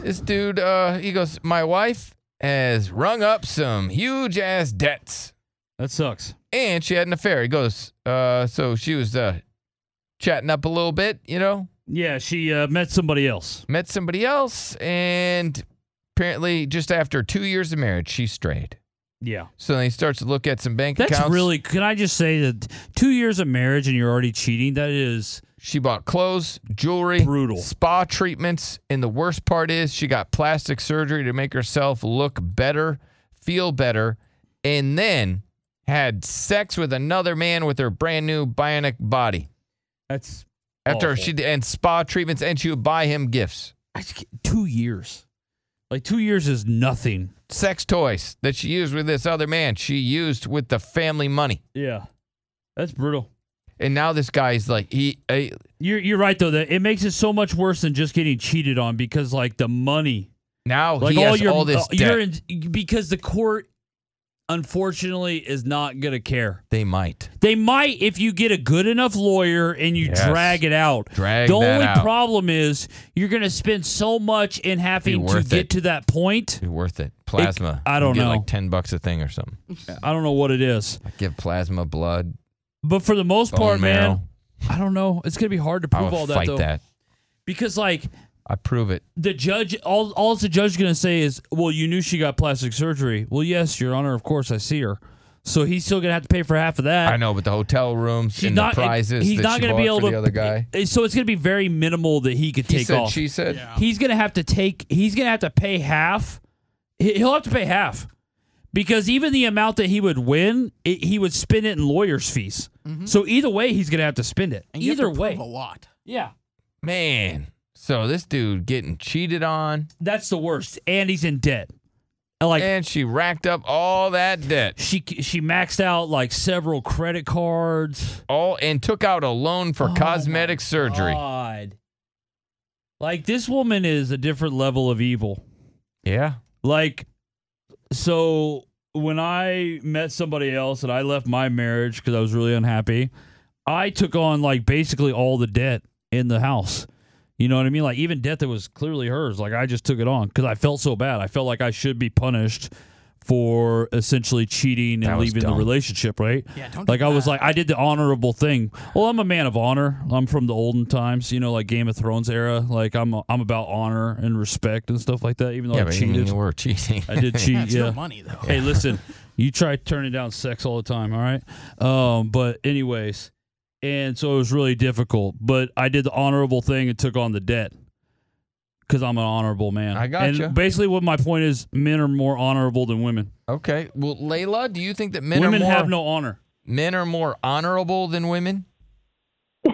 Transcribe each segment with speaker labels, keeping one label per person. Speaker 1: This dude, uh, he goes, My wife has rung up some huge ass debts
Speaker 2: That sucks.
Speaker 1: and she had an affair. He goes, uh, So she was uh, chatting up a little bit, you know,
Speaker 2: Yeah, she uh, met somebody else.
Speaker 1: met somebody else, and apparently just after two years of marriage, she strayed.
Speaker 2: Yeah.
Speaker 1: So then he starts to look at some bank
Speaker 2: That's
Speaker 1: accounts.
Speaker 2: really. Can I just say that two years of marriage and you're already cheating? That is.
Speaker 1: She bought clothes, jewelry,
Speaker 2: Brutal.
Speaker 1: spa treatments, and the worst part is she got plastic surgery to make herself look better, feel better, and then had sex with another man with her brand new bionic body.
Speaker 2: That's
Speaker 1: After
Speaker 2: Awful.
Speaker 1: she and spa treatments, and she would buy him gifts,
Speaker 2: I just, can't- two years. Like two years is nothing.
Speaker 1: sex toys that she used with this other man. She used with the family money,
Speaker 2: Yeah. That's brutal.
Speaker 1: and now this guy's like he. Uh,
Speaker 2: You're you're right though. That it makes it so much worse than just getting cheated on because like the money,
Speaker 1: now
Speaker 2: like
Speaker 1: Oh, he
Speaker 2: all
Speaker 1: has
Speaker 2: your
Speaker 1: all this
Speaker 2: uh, you're
Speaker 1: debt.
Speaker 2: in, because the court unfortunately is not gonna care.
Speaker 1: they might.
Speaker 2: They might if you get a good enough lawyer and you
Speaker 1: Yes.
Speaker 2: drag it out.
Speaker 1: Drag
Speaker 2: the
Speaker 1: that
Speaker 2: only
Speaker 1: out.
Speaker 2: problem is you're gonna spend so much in having to
Speaker 1: worth
Speaker 2: get
Speaker 1: it.
Speaker 2: to that point.
Speaker 1: be worth it. Plasma.
Speaker 2: I
Speaker 1: You
Speaker 2: don't
Speaker 1: get
Speaker 2: know.
Speaker 1: Like ten bucks a thing or something.
Speaker 2: I don't know what it is,
Speaker 1: Like give plasma, blood,
Speaker 2: but for the most
Speaker 1: bone
Speaker 2: part,
Speaker 1: marrow.
Speaker 2: man, I don't know. It's gonna be hard to
Speaker 1: I
Speaker 2: prove
Speaker 1: would
Speaker 2: all that
Speaker 1: fight
Speaker 2: though,
Speaker 1: that.
Speaker 2: because like
Speaker 1: I prove it.
Speaker 2: the judge all all the judge gonna say is well you knew she got plastic surgery well yes your honor of course i see her so he's still gonna have to pay for half of that
Speaker 1: I know, but the hotel rooms
Speaker 2: She's
Speaker 1: and
Speaker 2: not
Speaker 1: the prizes
Speaker 2: he's
Speaker 1: that
Speaker 2: not
Speaker 1: she
Speaker 2: gonna
Speaker 1: bought
Speaker 2: be able
Speaker 1: for
Speaker 2: to
Speaker 1: the other guy.
Speaker 2: eh, so it's gonna be very minimal that he could take
Speaker 1: he said,
Speaker 2: off
Speaker 1: she said.
Speaker 2: he's gonna have to take he's gonna have to pay half He- he'll have to pay half because even the amount that he would win it, he would spend it in lawyers fees so either way he's gonna have to spend it
Speaker 3: Mm-hmm. And you have
Speaker 2: either
Speaker 3: to
Speaker 2: way
Speaker 3: prove a lot.
Speaker 2: yeah
Speaker 1: Man. So this dude getting cheated on,
Speaker 2: that's the worst and he's in debt And, like
Speaker 1: and she racked up all that debt,
Speaker 2: she she maxed out like several credit cards.
Speaker 1: all and took out a loan for
Speaker 2: Oh,
Speaker 1: cosmetic
Speaker 2: my
Speaker 1: surgery.
Speaker 2: God. Like this woman is a different level of evil.
Speaker 1: Yeah,
Speaker 2: Like so when I met somebody else and I left my marriage cuz I was really unhappy, I took on like basically all the debt in the house. You know what I mean? Like even debt that was clearly hers, like I just took it on cuz I felt so bad. I felt like I should be punished for essentially cheating
Speaker 1: That
Speaker 2: and
Speaker 1: was
Speaker 2: leaving
Speaker 1: dumb.
Speaker 2: the relationship, right?
Speaker 3: Yeah, don't
Speaker 2: Like
Speaker 3: do
Speaker 2: I was
Speaker 3: that.
Speaker 2: like I did the honorable thing. Well, I'm a man of honor. I'm from the olden times, you know, like Game of Thrones era. Like I'm I'm about honor and respect and stuff like that. Even though
Speaker 1: yeah,
Speaker 2: I
Speaker 1: but you-
Speaker 2: Oh, cheated,
Speaker 1: you were cheating.
Speaker 2: I did cheat.
Speaker 3: That's
Speaker 2: yeah.
Speaker 3: still money though.
Speaker 2: Hey, listen, you try turning down sex all the time, all right? Um, but anyways, and so it was really difficult. But I did the honorable thing and took on the debt because I'm an honorable man.
Speaker 1: I
Speaker 2: And
Speaker 1: gotcha.
Speaker 2: basically, what my point is, men are more honorable than women.
Speaker 1: okay. Well, Layla, do you think that men
Speaker 2: women
Speaker 1: are more
Speaker 2: have no honor.
Speaker 1: men are more honorable than women?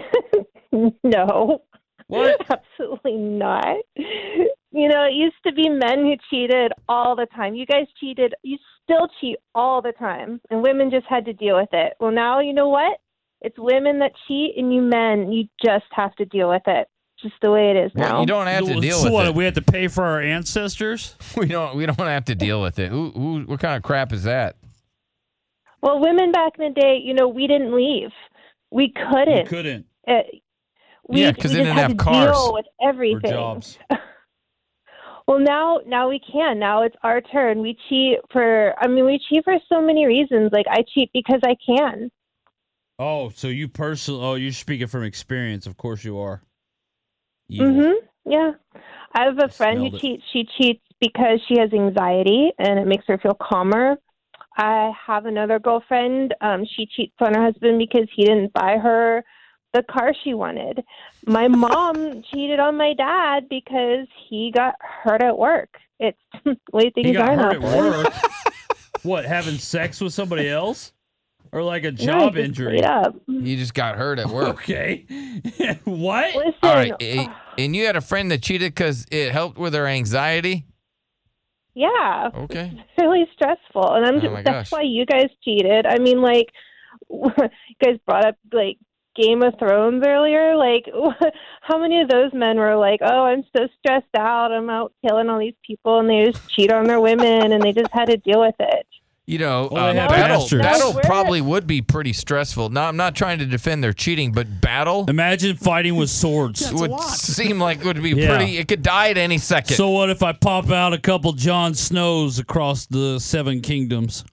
Speaker 4: No,
Speaker 2: What?
Speaker 4: absolutely not. You know, it used to be men who cheated all the time. You guys cheated. You still cheat all the time, and women just had to deal with it. Well, now you know what? It's women that cheat, and you men, you just have to deal with it. It's Just the way it is now.
Speaker 1: You don't have to deal
Speaker 2: so
Speaker 1: with
Speaker 2: what,
Speaker 1: it.
Speaker 2: We had to pay for our ancestors.
Speaker 1: We don't. We don't have to deal with it. Who, who, what kind of crap is that?
Speaker 4: well, women back in the day, you know, we didn't leave.
Speaker 2: We
Speaker 4: We couldn't.
Speaker 2: couldn't.
Speaker 4: Uh, we,
Speaker 1: Yeah, 'cause
Speaker 4: we
Speaker 1: they
Speaker 4: just
Speaker 1: didn't
Speaker 4: had
Speaker 1: have
Speaker 4: to
Speaker 1: cars
Speaker 4: deal with
Speaker 2: Or
Speaker 4: everything.
Speaker 2: jobs.
Speaker 4: Well, now now we can. Now it's our turn. We cheat for. I mean, we cheat for so many reasons. Like I cheat because I can.
Speaker 2: Oh, so you personally? Oh, you're speaking from experience. Of course you are. Evil.
Speaker 4: Mhm. Yeah. I have a friend
Speaker 2: smelled
Speaker 4: who
Speaker 2: it.
Speaker 4: cheats. She cheats because she has anxiety and it makes her feel calmer. I have another girlfriend. Um, she cheats on her husband because he didn't buy her the car she wanted. My mom cheated on my dad because he got hurt at work. It's the way things
Speaker 2: He got
Speaker 4: are now.
Speaker 2: hurt at work. what, having sex with somebody else? Or like a
Speaker 4: Yeah,
Speaker 2: job
Speaker 4: just
Speaker 2: injury?
Speaker 4: straight up.
Speaker 1: You just got hurt at work.
Speaker 2: Okay. what?
Speaker 4: Listen, uh,
Speaker 1: All right, eh, and you had a friend that cheated because it helped with her anxiety.
Speaker 4: Yeah.
Speaker 1: Okay.
Speaker 4: really stressful and i'm
Speaker 1: Oh
Speaker 4: just
Speaker 1: my gosh.
Speaker 4: that's why you guys cheated i mean like you guys brought up like game of thrones earlier like how many of those men were like oh i'm so stressed out i'm out killing all these people and they just cheat on their women and they just had to deal with it
Speaker 1: You know,
Speaker 2: Well,
Speaker 1: um,
Speaker 2: they have
Speaker 1: battle,
Speaker 2: bastards.
Speaker 1: battle
Speaker 4: We're-
Speaker 1: probably would be pretty stressful. No, I'm not trying to defend their cheating, but battle
Speaker 2: Imagine fighting with swords.
Speaker 1: would seem like would be
Speaker 2: Yeah.
Speaker 1: pretty. It could die at any second.
Speaker 2: So what if I pop out a couple John Snows across the seven kingdoms?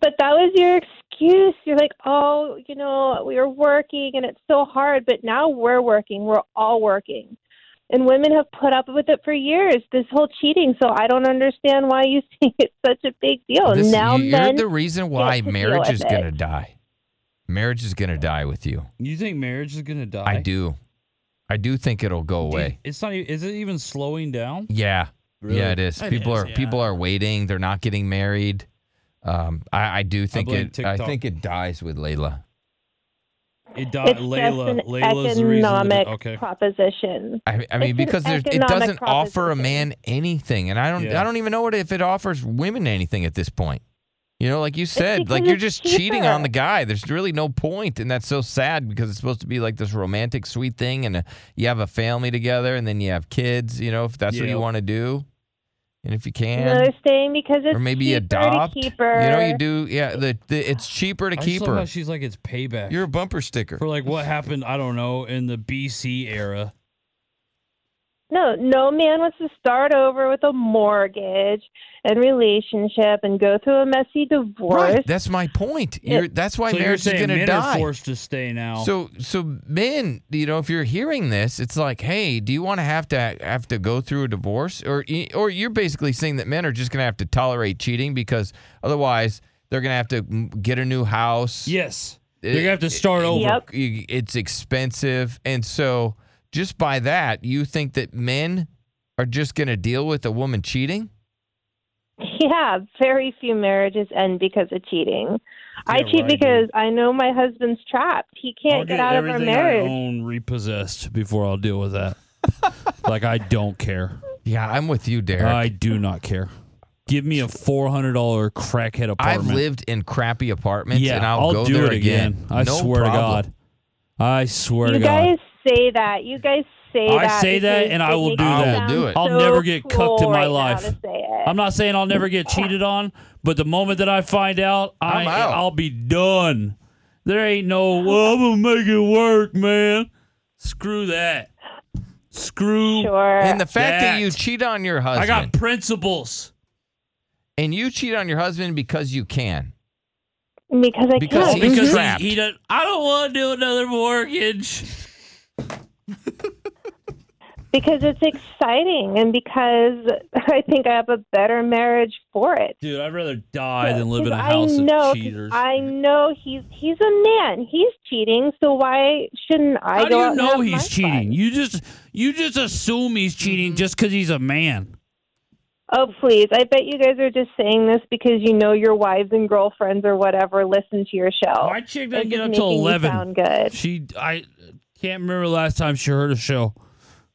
Speaker 4: but that was your excuse you're like oh you know we were working and it's so hard but now we're working we're all working and women have put up with it for years this whole cheating so i don't understand why you think it's such a big deal
Speaker 1: This-
Speaker 4: Oh, now
Speaker 1: you- you're
Speaker 4: men
Speaker 1: the reason why
Speaker 4: get to deal
Speaker 1: marriage
Speaker 4: with
Speaker 1: is
Speaker 4: it.
Speaker 1: going to die. Marriage is going to die with you.
Speaker 2: You think marriage is gonna die?
Speaker 1: I do. I do think it'll go away.
Speaker 2: It's not. e, Is it even slowing down?
Speaker 1: Yeah.
Speaker 2: Really?
Speaker 1: Yeah, it is.
Speaker 3: It
Speaker 1: people
Speaker 3: is,
Speaker 1: are
Speaker 3: yeah.
Speaker 1: people are waiting. They're not getting married. Um, I, I do think
Speaker 2: blame
Speaker 1: it. I
Speaker 2: TikTok.
Speaker 1: think it dies with Layla.
Speaker 2: It died.
Speaker 4: It's
Speaker 2: Layla.
Speaker 4: just an
Speaker 2: Layla's the reason.
Speaker 4: economic
Speaker 2: That, okay.
Speaker 4: proposition.
Speaker 1: I, I mean,
Speaker 4: an
Speaker 1: because there's, it
Speaker 4: economic
Speaker 1: doesn't offer a
Speaker 4: proposition.
Speaker 1: man anything, and I don't.
Speaker 2: Yeah.
Speaker 1: I don't even know what if it offers women anything at this point. You know, like you said,
Speaker 4: because
Speaker 1: like you're
Speaker 4: it's
Speaker 1: just cheating on
Speaker 4: cheaper.
Speaker 1: the guy. There's really no point, and that's so sad because it's supposed to be like this romantic, sweet thing, and uh you have a family together, and then you have kids. You know, if that's what
Speaker 2: Yeah.
Speaker 1: you want to do, and if you
Speaker 4: You
Speaker 1: can,
Speaker 4: know, they're saying because it's
Speaker 1: or maybe
Speaker 4: cheaper
Speaker 1: adopt.
Speaker 4: to
Speaker 1: You
Speaker 4: keep her.
Speaker 1: know, you do. Yeah, the, the it's cheaper to
Speaker 2: I
Speaker 1: keep
Speaker 2: just love
Speaker 1: her.
Speaker 2: how she's like it's payback
Speaker 1: You're a bumper sticker.
Speaker 2: for like what happened. I don't know in the BC era.
Speaker 4: No, no man wants to start over with a mortgage and relationship and go through a messy divorce.
Speaker 1: Right. That's my point. You're, that's why
Speaker 2: so you're
Speaker 1: marriage is
Speaker 2: saying
Speaker 1: going to
Speaker 2: men
Speaker 1: die.
Speaker 2: are forced to stay now.
Speaker 1: So so men, you know, if you're hearing this, it's like, hey, do you want to have to have to go through a divorce, or or you're basically saying that men are just going to have to tolerate cheating because otherwise they're going to have to mm, get a new house.
Speaker 2: yes,
Speaker 1: It-
Speaker 2: you're gonna have to start
Speaker 1: it-
Speaker 2: over.
Speaker 4: Yep.
Speaker 1: You- It's expensive, and so just by that, you think that men are just going to deal with a woman cheating?
Speaker 4: Yeah, very few marriages end because of cheating.
Speaker 2: Yeah,
Speaker 4: I cheat
Speaker 2: well, I do.
Speaker 4: because I know my husband's trapped. He
Speaker 2: I'll
Speaker 4: can't get out of our
Speaker 2: everything I
Speaker 4: marriage.
Speaker 2: own repossessed before I'll deal with that. like I don't care.
Speaker 1: Yeah, I'm with you, Derek.
Speaker 2: I do not care. Give me a four hundred dollar crackhead apartment.
Speaker 1: I've lived in crappy apartments,
Speaker 2: yeah,
Speaker 1: and I'll, go
Speaker 2: do
Speaker 1: there
Speaker 2: it again. I
Speaker 1: No
Speaker 2: swear
Speaker 1: problem.
Speaker 2: to God. I swear
Speaker 4: You
Speaker 2: to God.
Speaker 4: guys say that. You guys say
Speaker 2: I
Speaker 4: that.
Speaker 2: say that
Speaker 4: because
Speaker 2: and I
Speaker 4: it
Speaker 2: will
Speaker 4: makes
Speaker 1: do that.
Speaker 4: sound
Speaker 1: I will do it.
Speaker 2: I'll
Speaker 4: so
Speaker 2: never get cucked in
Speaker 4: cool
Speaker 2: my
Speaker 4: right now
Speaker 2: life.
Speaker 4: to say it.
Speaker 2: I'm not saying I'll never get cheated on, but the moment that I find out, I,
Speaker 1: I'm out.
Speaker 2: I'll be done. There ain't no, well, I'm going to make it work, man. Screw that. Screw.
Speaker 4: sure.
Speaker 1: And the fact that,
Speaker 2: That.
Speaker 1: you cheat on your
Speaker 2: I
Speaker 1: husband,
Speaker 2: got principles.
Speaker 1: and you cheat on your husband because you can.
Speaker 4: Because I
Speaker 1: Because
Speaker 4: can't.
Speaker 1: he's
Speaker 2: because
Speaker 1: trapped.
Speaker 2: He, he does, I don't want to do another mortgage.
Speaker 4: Because it's exciting and because I think I have a better marriage for it.
Speaker 2: Dude, I'd rather die than live in a
Speaker 4: Because
Speaker 2: house
Speaker 4: I know,
Speaker 2: of cheaters.
Speaker 4: I know he's he's a man. He's cheating, so why shouldn't I
Speaker 2: How
Speaker 4: go
Speaker 2: do
Speaker 4: out
Speaker 2: you
Speaker 4: and
Speaker 2: know
Speaker 4: have my
Speaker 2: he's cheating?
Speaker 4: fun?
Speaker 2: You just you just assume he's cheating just because he's a man.
Speaker 4: Oh please! I bet you guys are just saying this because you know your wives and girlfriends or whatever listen to your show.
Speaker 2: My chick doesn't
Speaker 4: It's
Speaker 2: get
Speaker 4: just
Speaker 2: up till
Speaker 4: making you
Speaker 2: eleven.
Speaker 4: Sound good.
Speaker 2: She, I can't remember the last time she heard a show.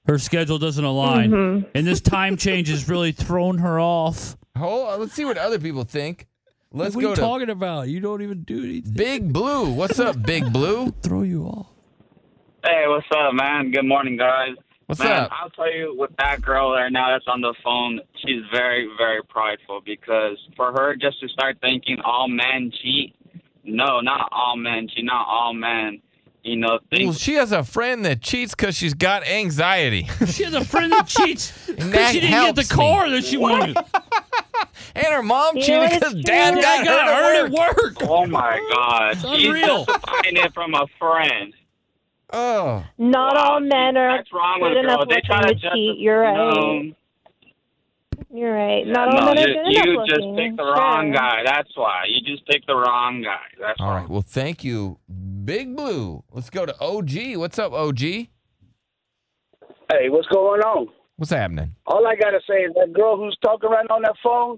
Speaker 2: Her schedule doesn't align,
Speaker 4: Mm-hmm.
Speaker 2: and this time change has really thrown her off.
Speaker 1: Hold on, uh, let's see what other people think. Let's
Speaker 2: what are
Speaker 1: go
Speaker 2: you
Speaker 1: to
Speaker 2: talking about? You don't even do anything.
Speaker 1: Big Blue. What's up, Big Blue?
Speaker 2: Throw you off.
Speaker 5: Hey, what's up, man? Good morning, guys.
Speaker 1: What's
Speaker 5: man,
Speaker 1: up?
Speaker 5: I'll tell you, with that girl right now that's on the phone, she's very, very prideful because for her just to start thinking all men cheat, no, not all men cheat, not all men, you know, think.
Speaker 1: Well, she has a friend that cheats because she's got anxiety,
Speaker 2: She has a friend that cheats
Speaker 1: And
Speaker 2: because
Speaker 1: that
Speaker 2: she didn't get
Speaker 1: helps
Speaker 2: the
Speaker 1: me.
Speaker 2: car that she wanted.
Speaker 1: and her mom
Speaker 4: You know,
Speaker 1: cheated
Speaker 4: it's
Speaker 1: because
Speaker 4: true.
Speaker 1: dad
Speaker 4: Yeah,
Speaker 2: I
Speaker 1: got
Speaker 2: got
Speaker 1: her
Speaker 2: earn
Speaker 1: to
Speaker 2: at
Speaker 1: work.
Speaker 2: work.
Speaker 5: oh, my God. She's
Speaker 2: unreal.
Speaker 5: just buying it from a friend.
Speaker 1: Oh,
Speaker 4: Not
Speaker 5: Wow,
Speaker 4: all men are
Speaker 5: That's wrong
Speaker 4: good
Speaker 5: with a girl.
Speaker 4: enough
Speaker 5: They try
Speaker 4: looking
Speaker 5: to
Speaker 4: to
Speaker 5: justify-
Speaker 4: cheat. You're right.
Speaker 5: No.
Speaker 4: You're right.
Speaker 5: Yeah,
Speaker 4: Not
Speaker 5: no,
Speaker 4: all men are
Speaker 5: you,
Speaker 4: good
Speaker 5: you
Speaker 4: enough
Speaker 5: just
Speaker 4: looking.
Speaker 5: picked the
Speaker 4: Sure.
Speaker 5: wrong guy. That's why. You just picked the wrong guy. That's
Speaker 1: all
Speaker 5: why.
Speaker 1: right. Well, thank you, Big Blue. Let's go to OG. What's up, OG?
Speaker 6: Hey, what's going on?
Speaker 1: What's happening?
Speaker 6: All I gotta say is that girl who's talking right now on that phone,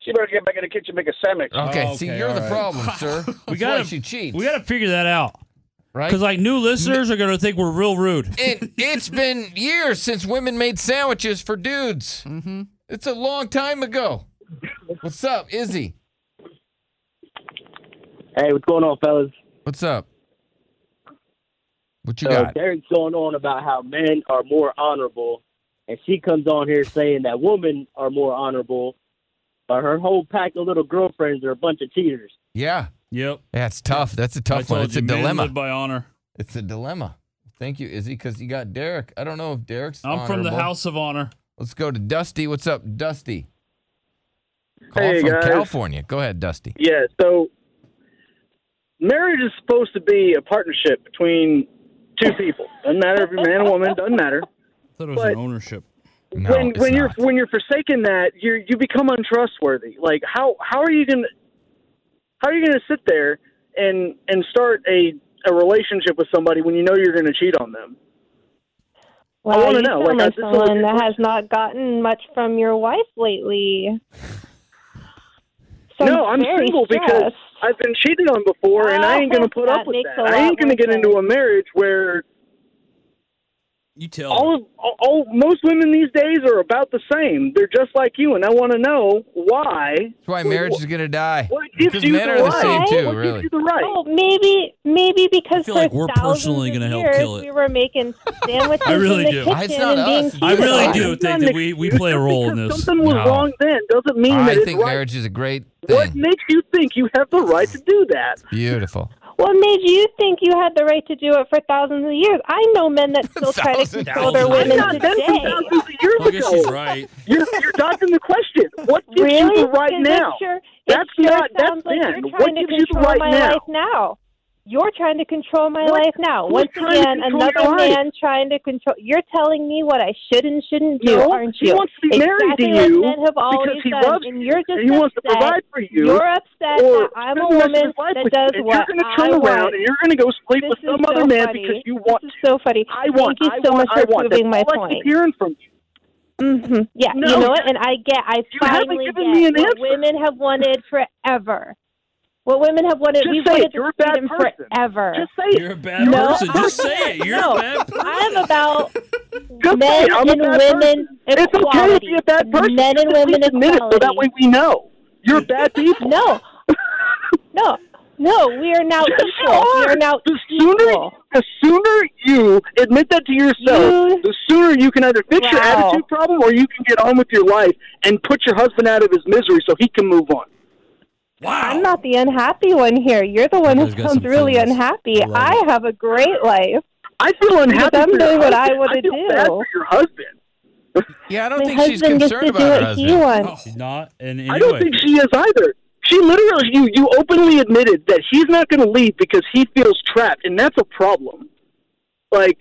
Speaker 6: she better get back in the kitchen and make a sandwich.
Speaker 1: Okay,
Speaker 2: Oh,
Speaker 1: see,
Speaker 2: okay,
Speaker 1: you're
Speaker 2: all
Speaker 1: the
Speaker 2: right.
Speaker 1: problem, sir. That's
Speaker 2: We
Speaker 1: why
Speaker 2: gotta-
Speaker 1: she cheats.
Speaker 2: We got to figure that out
Speaker 1: right?
Speaker 2: because like new listeners are gonna think we're real rude.
Speaker 1: and it's been years since women made sandwiches for dudes. Mm-hmm. It's a long time ago. What's up, Izzy?
Speaker 3: Hey, what's going on, fellas?
Speaker 1: What's up? What you
Speaker 3: so
Speaker 1: got?
Speaker 3: Derek's going on about how men are more honorable, and she comes on here saying that women are more honorable, but her whole pack of little girlfriends are a bunch of cheaters.
Speaker 1: Yeah.
Speaker 2: Yep.
Speaker 1: Yeah, it's tough. That's a
Speaker 2: I
Speaker 1: tough one.
Speaker 2: told
Speaker 1: It's
Speaker 2: you,
Speaker 1: a
Speaker 2: men
Speaker 1: dilemma.
Speaker 2: live by honor.
Speaker 1: It's a dilemma. Thank you, Izzy, because you got Derek. I don't know if Derek's.
Speaker 2: I'm from the
Speaker 1: honorable.
Speaker 2: house of honor.
Speaker 1: Let's go to Dusty. What's up, Dusty? Call
Speaker 3: Hey,
Speaker 1: from
Speaker 3: guys.
Speaker 1: California. Go ahead, Dusty.
Speaker 3: Yeah, so marriage is supposed to be a partnership between two people. Doesn't matter if you're man or woman, doesn't matter.
Speaker 2: I thought it was
Speaker 3: But-
Speaker 2: an ownership.
Speaker 1: No,
Speaker 3: when
Speaker 1: it's
Speaker 3: when you're
Speaker 1: not.
Speaker 3: when you're forsaking that, you you become untrustworthy. Like how how are you gonna how are you gonna sit there and and start a a relationship with somebody when you know you're gonna cheat on them?
Speaker 4: Well,
Speaker 3: wanna
Speaker 4: you
Speaker 3: know,
Speaker 4: sound
Speaker 3: like,
Speaker 4: like
Speaker 3: I- this is
Speaker 4: someone
Speaker 3: what-
Speaker 4: that has not gotten much from your wife lately. So
Speaker 3: no, I'm
Speaker 4: very
Speaker 3: single because
Speaker 4: stressed.
Speaker 3: I've been cheated on before, and I ain't gonna put
Speaker 4: That
Speaker 3: up with
Speaker 4: makes
Speaker 3: that.
Speaker 4: a
Speaker 3: I
Speaker 4: lot
Speaker 3: ain't gonna
Speaker 4: more
Speaker 3: get into a marriage where
Speaker 2: You tell
Speaker 3: all of all, all most women these days are about the same. They're just like you, and I want to know why.
Speaker 1: That's why marriage is gonna die.
Speaker 3: What gives
Speaker 1: Because
Speaker 3: you
Speaker 1: men
Speaker 3: the
Speaker 1: are the
Speaker 3: right?
Speaker 1: same too,
Speaker 3: what
Speaker 1: really.
Speaker 3: gives you the right?
Speaker 4: Oh, maybe, maybe because
Speaker 2: I feel
Speaker 4: for
Speaker 2: like we're
Speaker 4: thousands
Speaker 2: personally
Speaker 4: of
Speaker 2: gonna help
Speaker 4: years,
Speaker 2: kill it.
Speaker 4: We were making sandwiches
Speaker 2: I really
Speaker 4: in the
Speaker 2: do.
Speaker 4: kitchen
Speaker 1: It's not
Speaker 4: and being
Speaker 1: us.
Speaker 4: cheated
Speaker 2: I really
Speaker 4: on.
Speaker 2: do think that we, we play a role in
Speaker 3: Because
Speaker 2: this.
Speaker 3: Something was
Speaker 1: No.
Speaker 3: wrong then doesn't mean that
Speaker 1: I
Speaker 3: it's
Speaker 1: think
Speaker 3: right.
Speaker 1: marriage is a great
Speaker 3: What
Speaker 1: thing.
Speaker 3: makes you think you have the right to do that?
Speaker 1: Beautiful.
Speaker 4: What made you think you had the right to do it for thousands of years? I know men that still try to
Speaker 1: Thousands.
Speaker 4: control their
Speaker 2: Thousands.
Speaker 4: women
Speaker 3: Not then from
Speaker 4: today.
Speaker 3: thousands of years
Speaker 2: I guess
Speaker 3: ago.
Speaker 2: she's right.
Speaker 3: You're, you're dodging the question. What gives
Speaker 4: Really?
Speaker 3: you the right
Speaker 4: 'Cause it
Speaker 3: now?
Speaker 4: sure- it
Speaker 3: That's
Speaker 4: sure
Speaker 3: not- that's
Speaker 4: sounds like
Speaker 3: then.
Speaker 4: You're
Speaker 3: What
Speaker 4: trying to
Speaker 3: gives you the
Speaker 4: control
Speaker 3: right
Speaker 4: my
Speaker 3: now?
Speaker 4: life now. You're trying to control my
Speaker 3: What-
Speaker 4: life now.
Speaker 3: who's
Speaker 4: Once
Speaker 3: trying to
Speaker 4: again,
Speaker 3: control your
Speaker 4: another
Speaker 3: life?
Speaker 4: man trying to control. You're telling me what I should and shouldn't do,
Speaker 3: No,
Speaker 4: aren't
Speaker 3: he
Speaker 4: you?
Speaker 3: wants to be
Speaker 4: exactly
Speaker 3: married to
Speaker 4: as
Speaker 3: you
Speaker 4: men have always
Speaker 3: because he
Speaker 4: done,
Speaker 3: loves
Speaker 4: and
Speaker 3: you
Speaker 4: you're just
Speaker 3: and he wants to
Speaker 4: upset.
Speaker 3: provide for you,
Speaker 4: You're upset that I'm a
Speaker 3: Or spend the rest of
Speaker 4: woman
Speaker 3: his life
Speaker 4: that
Speaker 3: with
Speaker 4: does
Speaker 3: you, and
Speaker 4: what
Speaker 3: you're going to
Speaker 4: I
Speaker 3: turn
Speaker 4: want.
Speaker 3: around and you're going to go sleep
Speaker 4: This
Speaker 3: with
Speaker 4: is
Speaker 3: some
Speaker 4: so
Speaker 3: other man
Speaker 4: funny.
Speaker 3: because you want
Speaker 4: This is
Speaker 3: to.
Speaker 4: so funny.
Speaker 3: I
Speaker 4: Thank
Speaker 3: want.
Speaker 4: you
Speaker 3: I
Speaker 4: so
Speaker 3: want.
Speaker 4: much
Speaker 3: I
Speaker 4: for
Speaker 3: want.
Speaker 4: proving my
Speaker 3: That's all I
Speaker 4: point.
Speaker 3: keep hearing from you.
Speaker 4: hmm Yeah,
Speaker 3: Mm-hmm. No,
Speaker 4: you know what? And I get, I
Speaker 3: you haven't
Speaker 4: finally get
Speaker 3: given me an
Speaker 4: what
Speaker 3: answer.
Speaker 4: women have wanted forever. What women have wanted,
Speaker 3: Just
Speaker 4: we've
Speaker 3: say
Speaker 4: wanted
Speaker 3: it. You're a
Speaker 4: this
Speaker 3: bad
Speaker 4: freedom
Speaker 3: person.
Speaker 4: forever.
Speaker 3: Just say
Speaker 2: You're a
Speaker 3: it.
Speaker 2: bad
Speaker 4: No.
Speaker 2: person. Just say it. You're
Speaker 4: No.
Speaker 2: a bad person.
Speaker 4: I'm about
Speaker 3: Just
Speaker 4: men
Speaker 3: say, I'm
Speaker 4: and
Speaker 3: a bad
Speaker 4: women
Speaker 3: person. It's okay to
Speaker 4: equality.
Speaker 3: be a bad person.
Speaker 4: Men and
Speaker 3: Just at
Speaker 4: women
Speaker 3: least admit it so that way
Speaker 4: equality.
Speaker 3: we know you're bad people.
Speaker 4: No, no, no. We are now
Speaker 3: Yes, you
Speaker 4: equal. We
Speaker 3: are.
Speaker 4: are now
Speaker 3: the sooner,
Speaker 4: equal.
Speaker 3: the sooner you admit that to yourself,
Speaker 4: You-
Speaker 3: the sooner you can either fix your
Speaker 4: Wow.
Speaker 3: attitude problem or you can get on with your life and put your husband out of his misery so he can move on.
Speaker 4: I'm not the unhappy one here. You're the one who
Speaker 2: Everybody's got
Speaker 4: sounds
Speaker 2: some
Speaker 4: really
Speaker 2: feelings.
Speaker 4: unhappy.
Speaker 2: I love
Speaker 4: I have a great life.
Speaker 3: I feel unhappy.
Speaker 4: I'm
Speaker 3: for your
Speaker 4: doing what I
Speaker 3: husband.
Speaker 4: wanna
Speaker 3: feel
Speaker 4: do.
Speaker 3: Bad for your husband.
Speaker 1: Yeah, I don't
Speaker 4: My
Speaker 1: think she's
Speaker 4: husband gets
Speaker 1: concerned
Speaker 4: to do
Speaker 1: about her
Speaker 4: what
Speaker 1: husband.
Speaker 4: he wants.
Speaker 2: She's not in any
Speaker 3: I don't
Speaker 2: way.
Speaker 3: think she is either. She literally, you, you openly admitted that he's not going to leave because he feels trapped, and that's a problem. Like,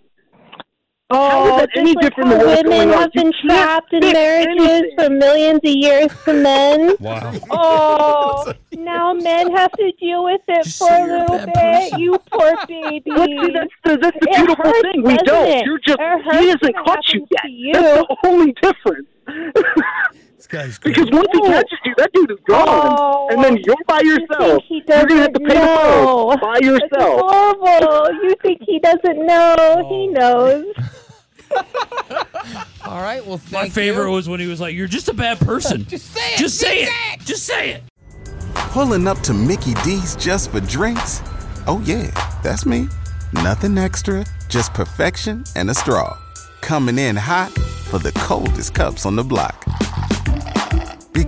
Speaker 3: How is
Speaker 4: Oh,
Speaker 3: that
Speaker 4: just
Speaker 3: any
Speaker 4: like
Speaker 3: different
Speaker 4: how
Speaker 3: than what's
Speaker 4: women
Speaker 3: going on?
Speaker 4: have
Speaker 3: You
Speaker 4: been
Speaker 3: can't
Speaker 4: trapped in
Speaker 3: fix
Speaker 4: marriages
Speaker 3: anything.
Speaker 4: for millions of years to men.
Speaker 2: Wow.
Speaker 4: Oh, now men have to deal with it
Speaker 1: Just
Speaker 4: for
Speaker 1: say
Speaker 4: a
Speaker 1: you're a
Speaker 4: little
Speaker 1: bad
Speaker 4: bit.
Speaker 1: person.
Speaker 4: You poor baby.
Speaker 3: But see, that's the, that's the
Speaker 4: It
Speaker 3: beautiful
Speaker 4: hurts,
Speaker 3: thing. We
Speaker 4: doesn't
Speaker 3: don't.
Speaker 4: it?
Speaker 3: You're just,
Speaker 4: It
Speaker 3: he
Speaker 4: hurts
Speaker 3: hasn't
Speaker 4: when it
Speaker 3: caught you
Speaker 4: happens
Speaker 3: yet.
Speaker 4: to you.
Speaker 3: That's the only difference.
Speaker 7: This guy's great.
Speaker 3: because once he
Speaker 4: No.
Speaker 3: catches you, that dude is gone.
Speaker 4: Oh,
Speaker 3: and then you're by
Speaker 4: you think
Speaker 3: yourself.
Speaker 4: he
Speaker 3: are going to have to
Speaker 4: doesn't
Speaker 3: pay
Speaker 4: know.
Speaker 3: the bill by
Speaker 4: That's
Speaker 3: yourself.
Speaker 4: horrible. You think he doesn't know? He knows.
Speaker 1: All right. Well, thank
Speaker 2: My favorite
Speaker 1: you.
Speaker 2: was when he was like, "You're just a bad person. just say it. Just say it. Just say it."
Speaker 8: Pulling up to Mickey D's just for drinks? Oh, yeah, that's me. Nothing extra, just perfection and a straw. Coming in hot for the coldest cups on the block.